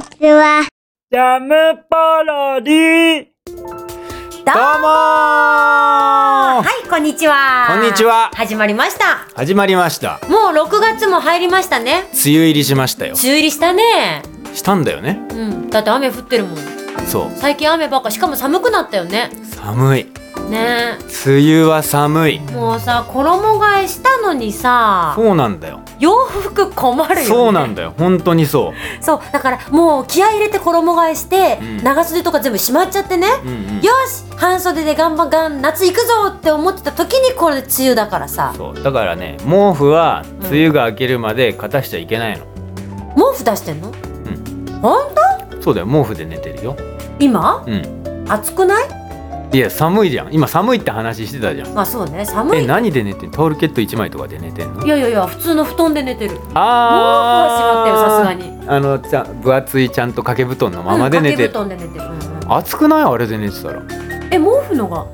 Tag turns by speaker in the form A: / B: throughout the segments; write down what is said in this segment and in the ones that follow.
A: ちは。
B: ジャムパロディ
C: どう
D: どう
C: も
D: も
C: は
D: ー
C: い、こんにちは。
D: こんにちは
C: 始まりました。
D: 始まりました。
C: もう6月も入りましたね。
D: 梅雨入りしましたよ。
C: 梅雨入りしたね。
D: したんだよね。
C: うん。だって雨降ってるもん。
D: そ
C: 最近雨ばっか。しかも寒くなったよね。
D: う。寒い。
C: ね
D: 梅雨は寒い。
C: え。もうさ、衣替えしたのにさ、
D: そうなんだよ。
C: 洋服困るよ、ね。
D: そうなんだよ。本当にそ
C: そう。だからもう気合い入れて衣替えして、
D: うん
C: 長袖とか全部しまっちゃってね。
D: う。うんうん。
C: よし半袖で頑張がん夏行くぞって思ってた時にこれで梅雨だからさ
D: そう。だからね、毛布は梅雨が明けるまで片しちゃいけないの。
C: 毛布出してんの
D: ん
C: 本当
D: そうだよ。毛布で寝てるよ。
C: 今
D: うん。
C: 暑くない
D: いや、寒いじゃん。今寒いって話してたじゃん。
C: まあそうね寒い
D: え、何で寝てんタオルケット1枚とかで寝てんの
C: いやいやいや普通の布団で寝てる
D: あー。
C: 毛布はしまったよさすが
D: あの、ちゃん分厚いちゃんと掛け布団のままで寝て
C: うん掛
D: る。
C: け布団で寝てる、うんうん
D: 暑くないあれで寝てたら。
C: え毛布のが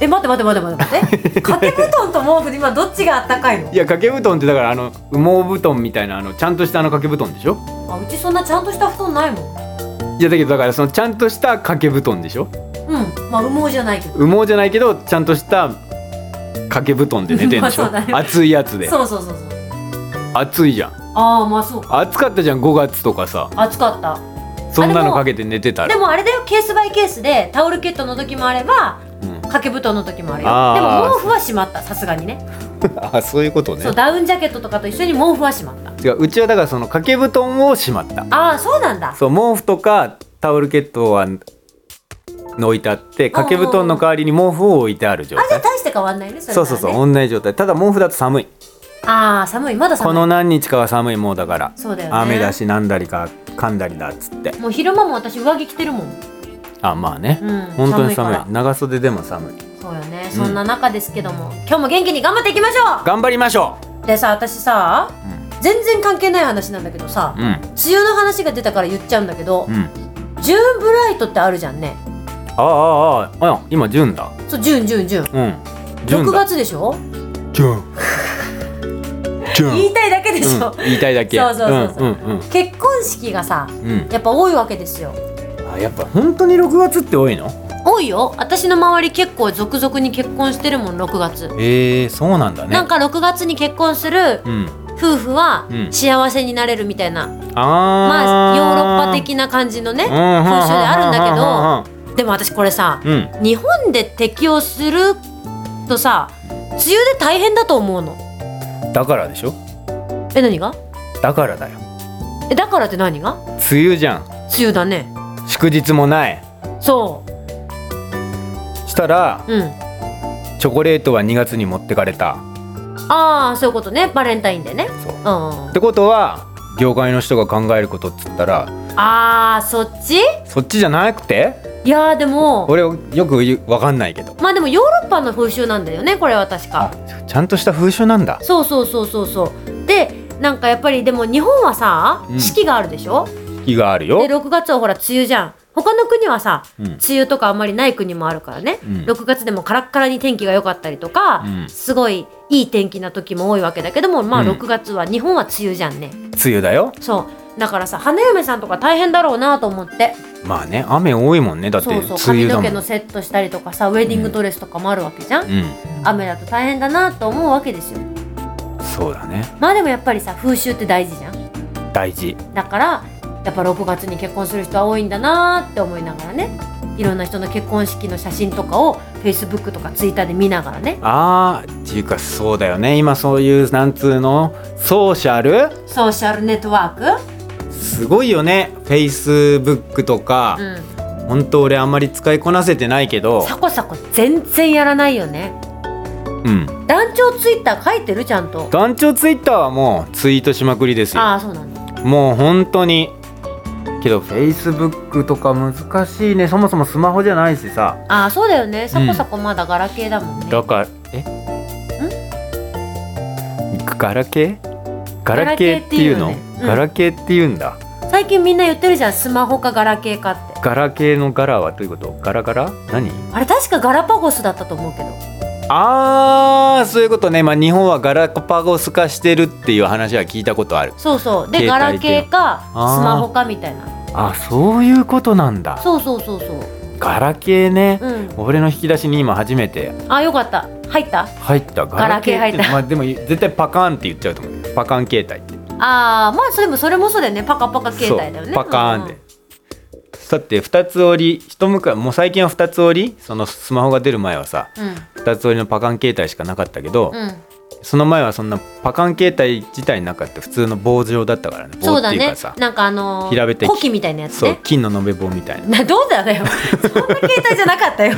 C: え待って待って待って待って待 って掛け布団と毛布で今どっちがあったかいの
D: いや掛け布団ってだからあの羽毛布団みたいなあのちゃんとしたあの掛け布団でしょ
C: あうちそんなちゃんとした布団ないもん
D: いやだけどだからそのちゃんとした掛け布団でしょ
C: うんまあ羽毛じゃないけど
D: 羽毛じゃないけどちゃんとした掛け布団で寝てんでしょ、
C: まあそうだね
D: 暑いやつで
C: そうそうそうそう
D: 暑いじゃん
C: ああまあそうか
D: 暑かったじゃん5月とかさ
C: 暑かった
D: そんな
C: で
D: の
C: も
D: かけて寝てた
C: で
D: ら
C: もあれだよケースバイケースでタオルケットの時もあれば
D: うん、
C: 掛け布団の時もあるよで
D: あー
C: も毛布はしまったさすがにね
D: あそういうこと
C: そうダウンジャケットとかと一緒に毛布はしまった
D: 違ううちはだからその掛け布団をしまった
C: ああそうなんだ
D: そう毛布とかタオルケットは置いてあって掛け布団の代わりに毛布を置いてある状
C: あじゃあ
D: 態
C: 大して変わんないねそれな
D: そ
C: ら
D: う
C: ね
D: そうそう同じ状態ただ毛布だと寒い
C: ああ寒いまだ寒い
D: この何日かは寒いもうだから
C: そうだよね
D: 雨だしなんだりか噛んだりだっつって
C: もう昼間も私上着着てるもん
D: あまあね、
C: うん
D: 本当に寒い
C: 寒いから
D: 長袖でも寒い
C: そうよねそんな中ですけども、今日も元気に頑張っていきましょ
D: 頑張りましょ
C: うでさ私さ
D: うう
C: 全然関係ない話なんだけどさ、
D: ん
C: 梅雨の話が出たから言っちゃうんだけど、
D: うん、うん、
C: ジューンブライトってあるじゃんね
D: ああああああ今ジュンだ
C: そうジューンジューンジューン
D: うんジュ
C: 6
D: ンだ
C: 月でしょ
D: ジュン ジュン
C: 言いたいだけでしょ、
D: うん、言いたいだけ
C: そうそうそうそうん
D: うん
C: 結婚式がさ
D: うんうん
C: やっぱ多いわけですよ
D: あやっぱ本当に6月って多いの
C: 多いよ私の周り結構続々に結婚してるもん6月、
D: えー、そうなんだね
C: なんか6月に結婚する
D: うん
C: 夫婦は
D: うん
C: 幸せになれるみたいな、
D: ああ
C: まあヨーロッパ的な感じのね
D: 風
C: 風習であるんだ
D: け
C: けどでも私これさ
D: どうん
C: 日本で適用するとさ梅雨で大変だと思うの
D: だからでしょ
C: え何が
D: だからだよ
C: えだからって何が梅
D: 梅雨じゃん
C: 雨だね
D: 祝日もない
C: そ
D: したら
C: ううん
D: チョコレートは2月に持ってかれた
C: ああそういうことねバレンタインでね
D: そう
C: うんあ
D: ってことは業界の人が考えることっつったら
C: あーそっちい
D: そっちじゃなくて
C: やーでも
D: 俺よく言うわかんないけど
C: まあでもヨーロッパの風習なんだよねこれは確か
D: ちゃんとした風習なんだ
C: そうそうそうそうそうでなんかやっぱりでも日本はさ、
D: うん
C: 四季があるでしょ
D: 気があるよ
C: で6月はほら梅雨じゃん他の国はさ、
D: うん
C: 梅雨とかあんまりない国もあるからね、
D: うん
C: 6月でもカラッカラに天気が良かったりとか、
D: うん
C: すごいいい天気な時も多いわけだけどもまあ
D: うん
C: 6月は日本は梅雨じゃんね、
D: 梅雨だよ
C: そうだからさ花嫁さんとか大変だろうなと思って
D: まあね雨多いもんねだって
C: そ
D: 梅
C: うそう髪
D: 雨だ
C: の
D: も
C: 毛
D: ん
C: のセットしたりとかさウェディングドレスとかもあるわけじゃん、
D: う
C: 雨だと大変だなと思うわけですよ
D: んそうだね
C: まあでもやっぱりさ風習って大事じゃん
D: 大事
C: だからやっぱ6月に結婚する人は多いんだなーって思いながらねいろんな人の結婚式の写真とかを Facebook とか Twitter で見ながらね
D: あーっていうかそうだよね今そういうなんつうのソーシャル
C: ソーシャルネットワーク
D: すごいよねフェイスブックとか、
C: うん
D: 本当俺あんまり使いこなせてないけど
C: サコサコ全然やらないよね
D: うん
C: 団長 Twitter 書いてるちゃんと
D: 団長ツイッターはもうツイートしまくりですよ
C: ああそうなんだ
D: もう本当にけどフェイスブックとか難しいねそもそもスマホじゃないしさ
C: ああそうだよねサコサコまだガラケーだもんね、
D: だからえガラケーガラケーっていうの
C: ガ
D: ガ
C: ラ
D: ラケーっていうんだ、
C: 最近みんな言ってるじゃんスマホかガラケーかって
D: ガラケーのガラはどういうことガラガラ何
C: あれ確かガラパゴスだったと思うけど
D: あーそういうことねまあ日本はガラパゴス化してるっていう話は聞いたことある
C: そうそうでガ
D: 携
C: ラ
D: 帯電
C: ケ
D: 話
C: ーかスマホかみたいな
D: あそういうことなんだ
C: そうそうそうそう
D: ガラケーね、
C: うん
D: 俺の引き出しに今初めて
C: あよかった入った
D: 入った
C: ガラケー
D: って
C: 入った
D: まあ、でも絶対パカーンって言っちゃうと思うパカーン携帯って
C: あーまあそれもそれもそうだよねパカパカ携帯だよね
D: そうパカーンで、だって二つ折り一昔もう最近は二つ折りそのスマホが出る前はさ
C: うん
D: 二つ折りのパカーン携帯しかなかったけど、
C: うん、うん
D: その前はそんなパカーン携帯自体なかった普通の棒状だったからね棒
C: そう
D: っ
C: だ
D: ていう
C: ね
D: かさ
C: なんかあのー、
D: 平べったい
C: コキみたいなやつ
D: そう
C: ね
D: 金の延べ棒みたいな
C: などうだよそんな携帯じゃなかった よ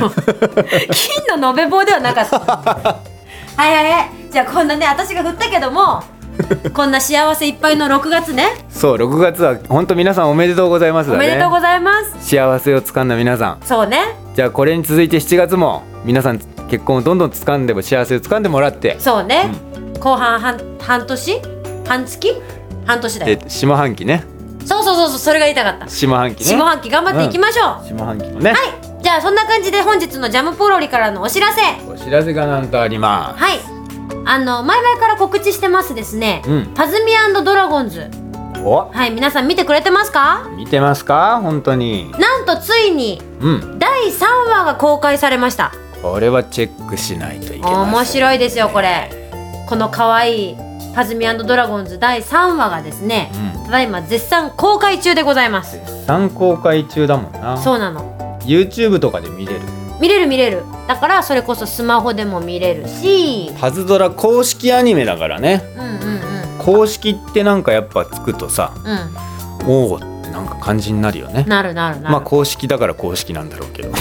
C: 金の延べ棒ではなかったはいはいはいじゃあこんなね私が振ったけどもこんな幸せいっぱいの6月ね
D: そう6月は本当皆さんおめでとうございます
C: お
D: だね
C: めでとうございます
D: 幸せをつかんだ皆さん
C: そうね
D: じゃあこれに続いて7月も皆さん結婚をどんどん掴んでも幸せを掴んでもらって
C: そうね、後半半半年半月半年だよ
D: で下半期ね
C: そうそうそうそうそれが言いたかった
D: 下半期ね
C: 下半期頑張っていきましょう、
D: 下半期もね、
C: はいじゃあそんな感じで本日のジャムポロリからのお知らせ
D: お知らせがなんとありま
C: はいあの前々から告知してますですね、
D: うん
C: パズミドラゴンズ
D: すお
C: はい皆さん見てくれてますか
D: 見てますか本当に
C: なんとついに
D: うん
C: 第3話が公開されました
D: これはチェックしないといけません
C: 面
D: い
C: 白いですよこれこの可愛いパズミドラゴンズ第3話がですね、
D: うん
C: ただいま絶賛公開中でございます
D: 参考会中だもんな
C: そうなの
D: YouTube とかで見れる
C: 見れる見れるだからそれこそスマホでも見れるし
D: パズドラ公式アニメだからね
C: うんうんうん
D: 公式ってなんかやっぱつくとさ
C: う
D: おおってなんか感じになるよね
C: んなるなるなる、
D: まあ公式だから公式なんだろうけど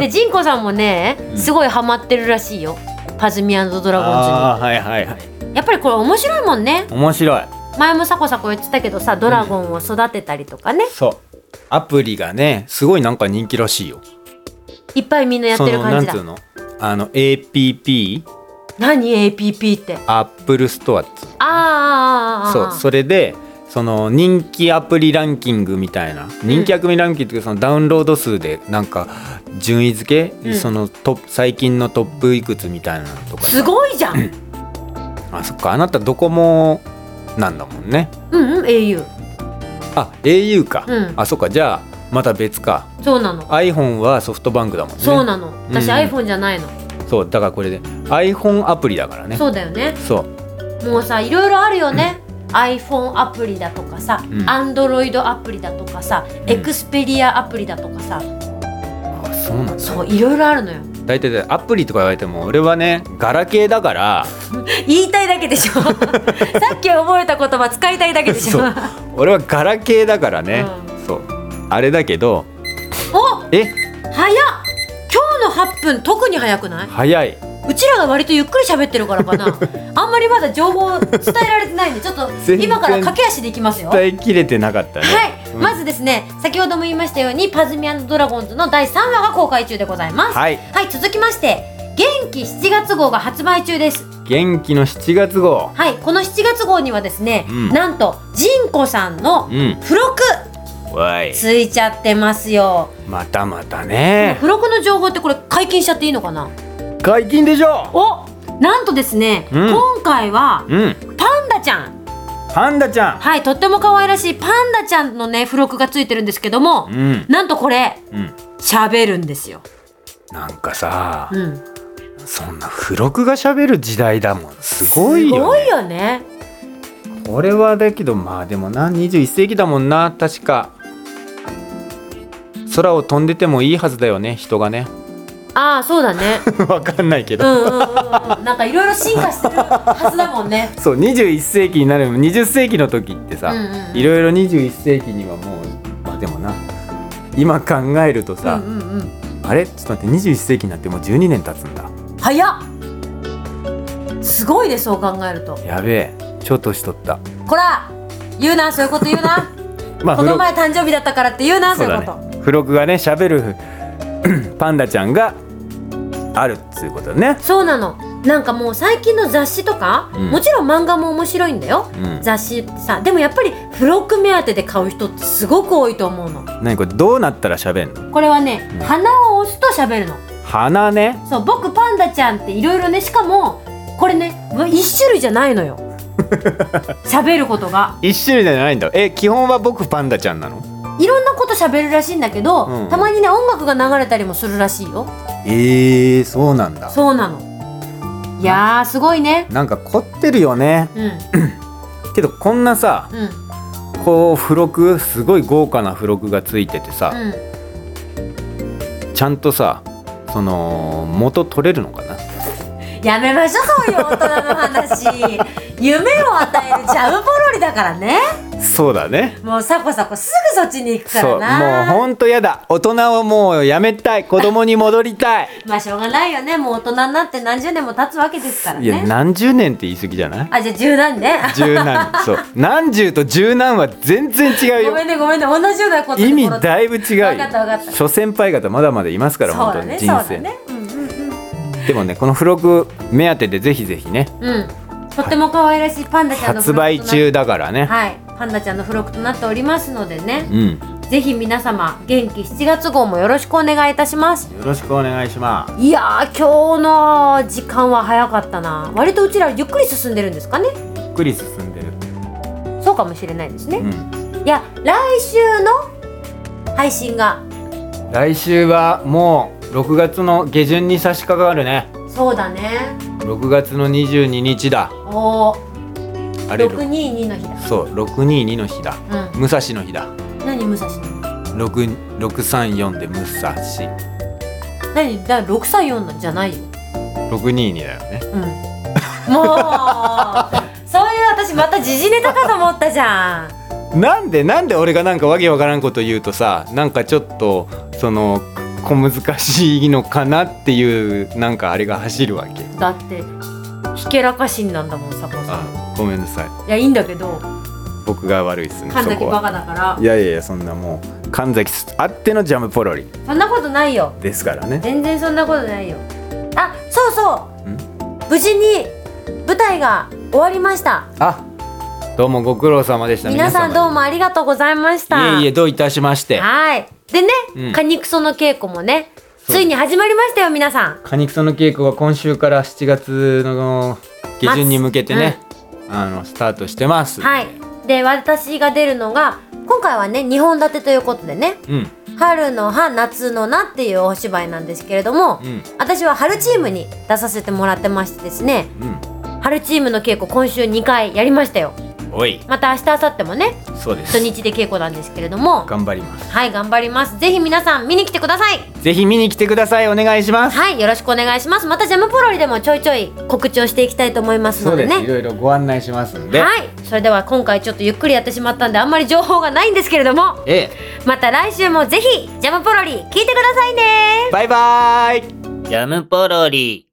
C: でジンコさんもね
D: うん
C: すごいハマってるらしいよパズミドラ
D: あーはいはいは
C: ゴ
D: い
C: ンズにやっぱりこれ面白いもんね
D: 面白い
C: 前もサコサコ言ってたけどさドラゴンを育てたりとかね、
D: そうアプリがねすごいなんか人気らしいよ
C: いっぱいみんなやってる感じだ
D: そのなんつうのあの APP
C: 何 APP って
D: アップルストアっつうの
C: あーあーあーあー
D: そうそれでその人気アプリランキングみたいな人気アプリランキングっていうかそのダウンロード数でなんか順位付け、
C: うん
D: そのトップ最近のトップいくつみたいなのとかさ
C: すごいじゃ ん
D: あそっかあなたどこもなんだもんね
C: うんうん au
D: あ au か、
C: うん
D: あそっかじゃあまた別か
C: そうなの
D: iPhone はソフトバンクだもんね
C: そうなの私
D: うん
C: iPhone じゃないの
D: そうだからこれで iPhone アプリだからね
C: そうだよね
D: そう
C: もうさいろいろあるよね、iPhone アプリだとかさ、
D: うん
C: Android アプリだとかさ、
D: ん
C: Xperia アプリだとかさ
D: あそうなんだ
C: そういろいろあるのよ
D: 大体アプリとか言われても俺はねガラケーだから
C: 言いたいだけ でしょさっき覚えた言葉使いたいだけでしょ
D: そう俺はガラケーだからね、
C: う
D: そうあれだけど
C: お
D: え
C: 早っ今日の8分特に早くない
D: 早いう
C: ちらが割とゆっくり喋ってるからか なあんまりまだ情報を伝えられてないんでちょっと
D: 全然
C: 今から駆け足でいきますよ
D: 伝えきれてなかったね
C: はい、
D: うん
C: まずですね先ほども言いましたように「パズミドラゴンズ」の第3話が公開中でございます
D: はい
C: はい、続きまして元気7月号が発売中です
D: 元気の7月号
C: はいこの7月号にはですね、
D: うん
C: なんとジンコさんの
D: うん
C: 付録
D: わい
C: ついちゃってますよ、
D: またまた
C: この
D: ね
C: 付録の情報ってこれ解禁しちゃっていいのかな
D: 解禁でしょ
C: おなんとですね、
D: うん
C: 今回は
D: うん
C: パンダちゃん
D: パンダちゃ
C: はいとっても可愛らしいパンダちゃんのね付録がついてるんですけども
D: ん、うん
C: なんとこれ
D: うん
C: 喋るんですよ、
D: なんかさ、
C: うん、
D: そんな付録が喋る時代だもんすごい
C: す
D: よ、
C: ご
D: ね、
C: いよね
D: 俺はだけどまあでもな21世紀だもんな確か空を飛んでてもいいはずだよね人がね
C: ああそうだね
D: わかんないけ
C: う
D: ど、
C: んうんうんうんなんかいろいろ進化してるはずだもんね
D: そう21世紀になる20世紀の時ってさ、
C: うんうんうん
D: いろいろ21世紀にはもうまあでもな今考えるとさ、
C: うんうんうん、
D: あれちょっと待って21世紀になってもう12年経つんだ
C: 早っすごいでそう考えると
D: やべえ超年取った
C: こら言うなそういうこと言うな
D: ま あ
C: こ
D: 付
C: の
D: 録
C: 前誕生日だったからって言うなそ
D: そうう
C: いう
D: だ
C: こと、
D: ね付録がね喋る パンダちゃんがあるっていうことだね
C: そうなのなんかもう最近の雑誌とか、
D: うん
C: もちろん漫画も面白いんだよ、
D: うん
C: 雑誌さでもやっぱり付録目当てで買う人ってすごく多いと思うの
D: 何これどうなったら喋んの
C: これはね、
D: うん
C: 花を押すと喋るの
D: 鼻ね
C: そう僕パンダちゃんっていろいろねしかもこれね一種類じゃないのよ喋ることが
D: 一種類じゃないんだえ基本は僕パンダちゃんなの
C: いろんなこと喋るらしいんだけど、
D: うん
C: たまにね音楽が流れたりもするらしいよ
D: えー、そうなんだ
C: そうなのいやーすごいね
D: なんか凝ってるよね
C: うん
D: けどこんなさ
C: うん
D: こう付録すごい豪華な付録がついててさ、
C: うん
D: ちゃんとさその元取れるのかな
C: やめましょうそういう大人の 話夢を与えるジャムポロリだからね
D: そうだね
C: もうサコサコすぐそっちに行くか
D: そうもう
C: らな
D: ほんとやだ大人はもうやめたい子供に戻りた い
C: まあしょうがないよねもう大人になって何十年も経つわけですから
D: いや
C: ね
D: 何十年って言い過ぎじゃない
C: あじゃあ十何年
D: 十何そう何十と十何は全然違う
C: ご
D: よ
C: めんねごめんね同じようなことで
D: 意味だいぶ違うよ
C: わかったわかった
D: 諸先輩方まだまだいますから
C: そう
D: 本当
C: だ
D: に
C: ね
D: 人
C: そうだ
D: 生、
C: ねうんうんうん
D: でもねこの付録目当てでぜひぜひね
C: うん、とっても可愛らしいパンダちゃんの
D: 発
C: 付録とな
D: 売中だからね、
C: はいパンダちゃんの付録となっておりますのでね
D: うん
C: ぜひ皆様元気7月号もよろしくお願いいたします
D: よろしくお願いします
C: いやー今日の時間は早かったな割とうちらゆっくり進んでるんですかね
D: ゆっくり進んでる
C: そうかもしれないですね、
D: うん
C: いや来週の配信が
D: 来週はもう6月の下旬に差し掛かるね
C: そうだね
D: 6月の22日だ
C: おお
D: あれ
C: 622の日だ
D: そう622の日だ
C: う
D: 武蔵の日だ
C: ん何武蔵
D: 6 634で武蔵
C: 何だ634なんじゃないよ
D: 622だよね
C: うん もうそういう私また時事ネタかと思ったじゃん
D: なんでなんで俺がなんかわけわからんこと言うとさなんかちょっとその小難しいのかなっていうなんかあれが走るわけ
C: だってひけらかしんなんだもん佐藤さん
D: あごめんなさい
C: いやいいんだけど
D: 僕が悪いっすね
C: 神
D: そ
C: 崎
D: こ
C: バ
D: は
C: カだから
D: いやいやいやそんなもう神崎あってのジャムポロリ
C: そんなことないよ
D: ですからね
C: 全然そんなことないよあそうそ
D: ん
C: う無事に舞台が終わりました
D: あどうもご苦労様でした
C: 皆さんどう
D: も
C: もありがとうございました
D: いえいえどういたしまして
C: はいでね、
D: うん
C: カニクソの稽古もね
D: そう
C: ついに始まりましたよ皆さん
D: カニクソの稽古は今週から7月の下旬に向けてね、あのスタートしてます
C: はいで私が出るのが今回はね2本立てということでね
D: うん
C: 春の葉夏のなっていうお芝居なんですけれども、
D: うん
C: 私は春チームに出させてもらってましてですね
D: うん
C: 春チームの稽古今週2回やりましたよ
D: おい
C: また明日明後日もね
D: そうです
C: 土日で稽古なんですけれども
D: 頑張ります
C: はい頑張りますぜひ皆さん見に来てください
D: ぜひ見に来てくださいお願いします
C: はいよろしくお願いしますまたジャムポロリでもちょいちょい告知をしていきたいと思います
D: そ
C: の
D: う
C: で
D: で
C: ね
D: すいろいろご案内しますんで
C: はいそれでは今回ちょっとゆっくりやってしまったんであんまり情報がないんですけれども
D: え
C: また来週もぜひジャムポロリ聞いてくださいね
D: えバイバーイ
B: ジャムポロリ。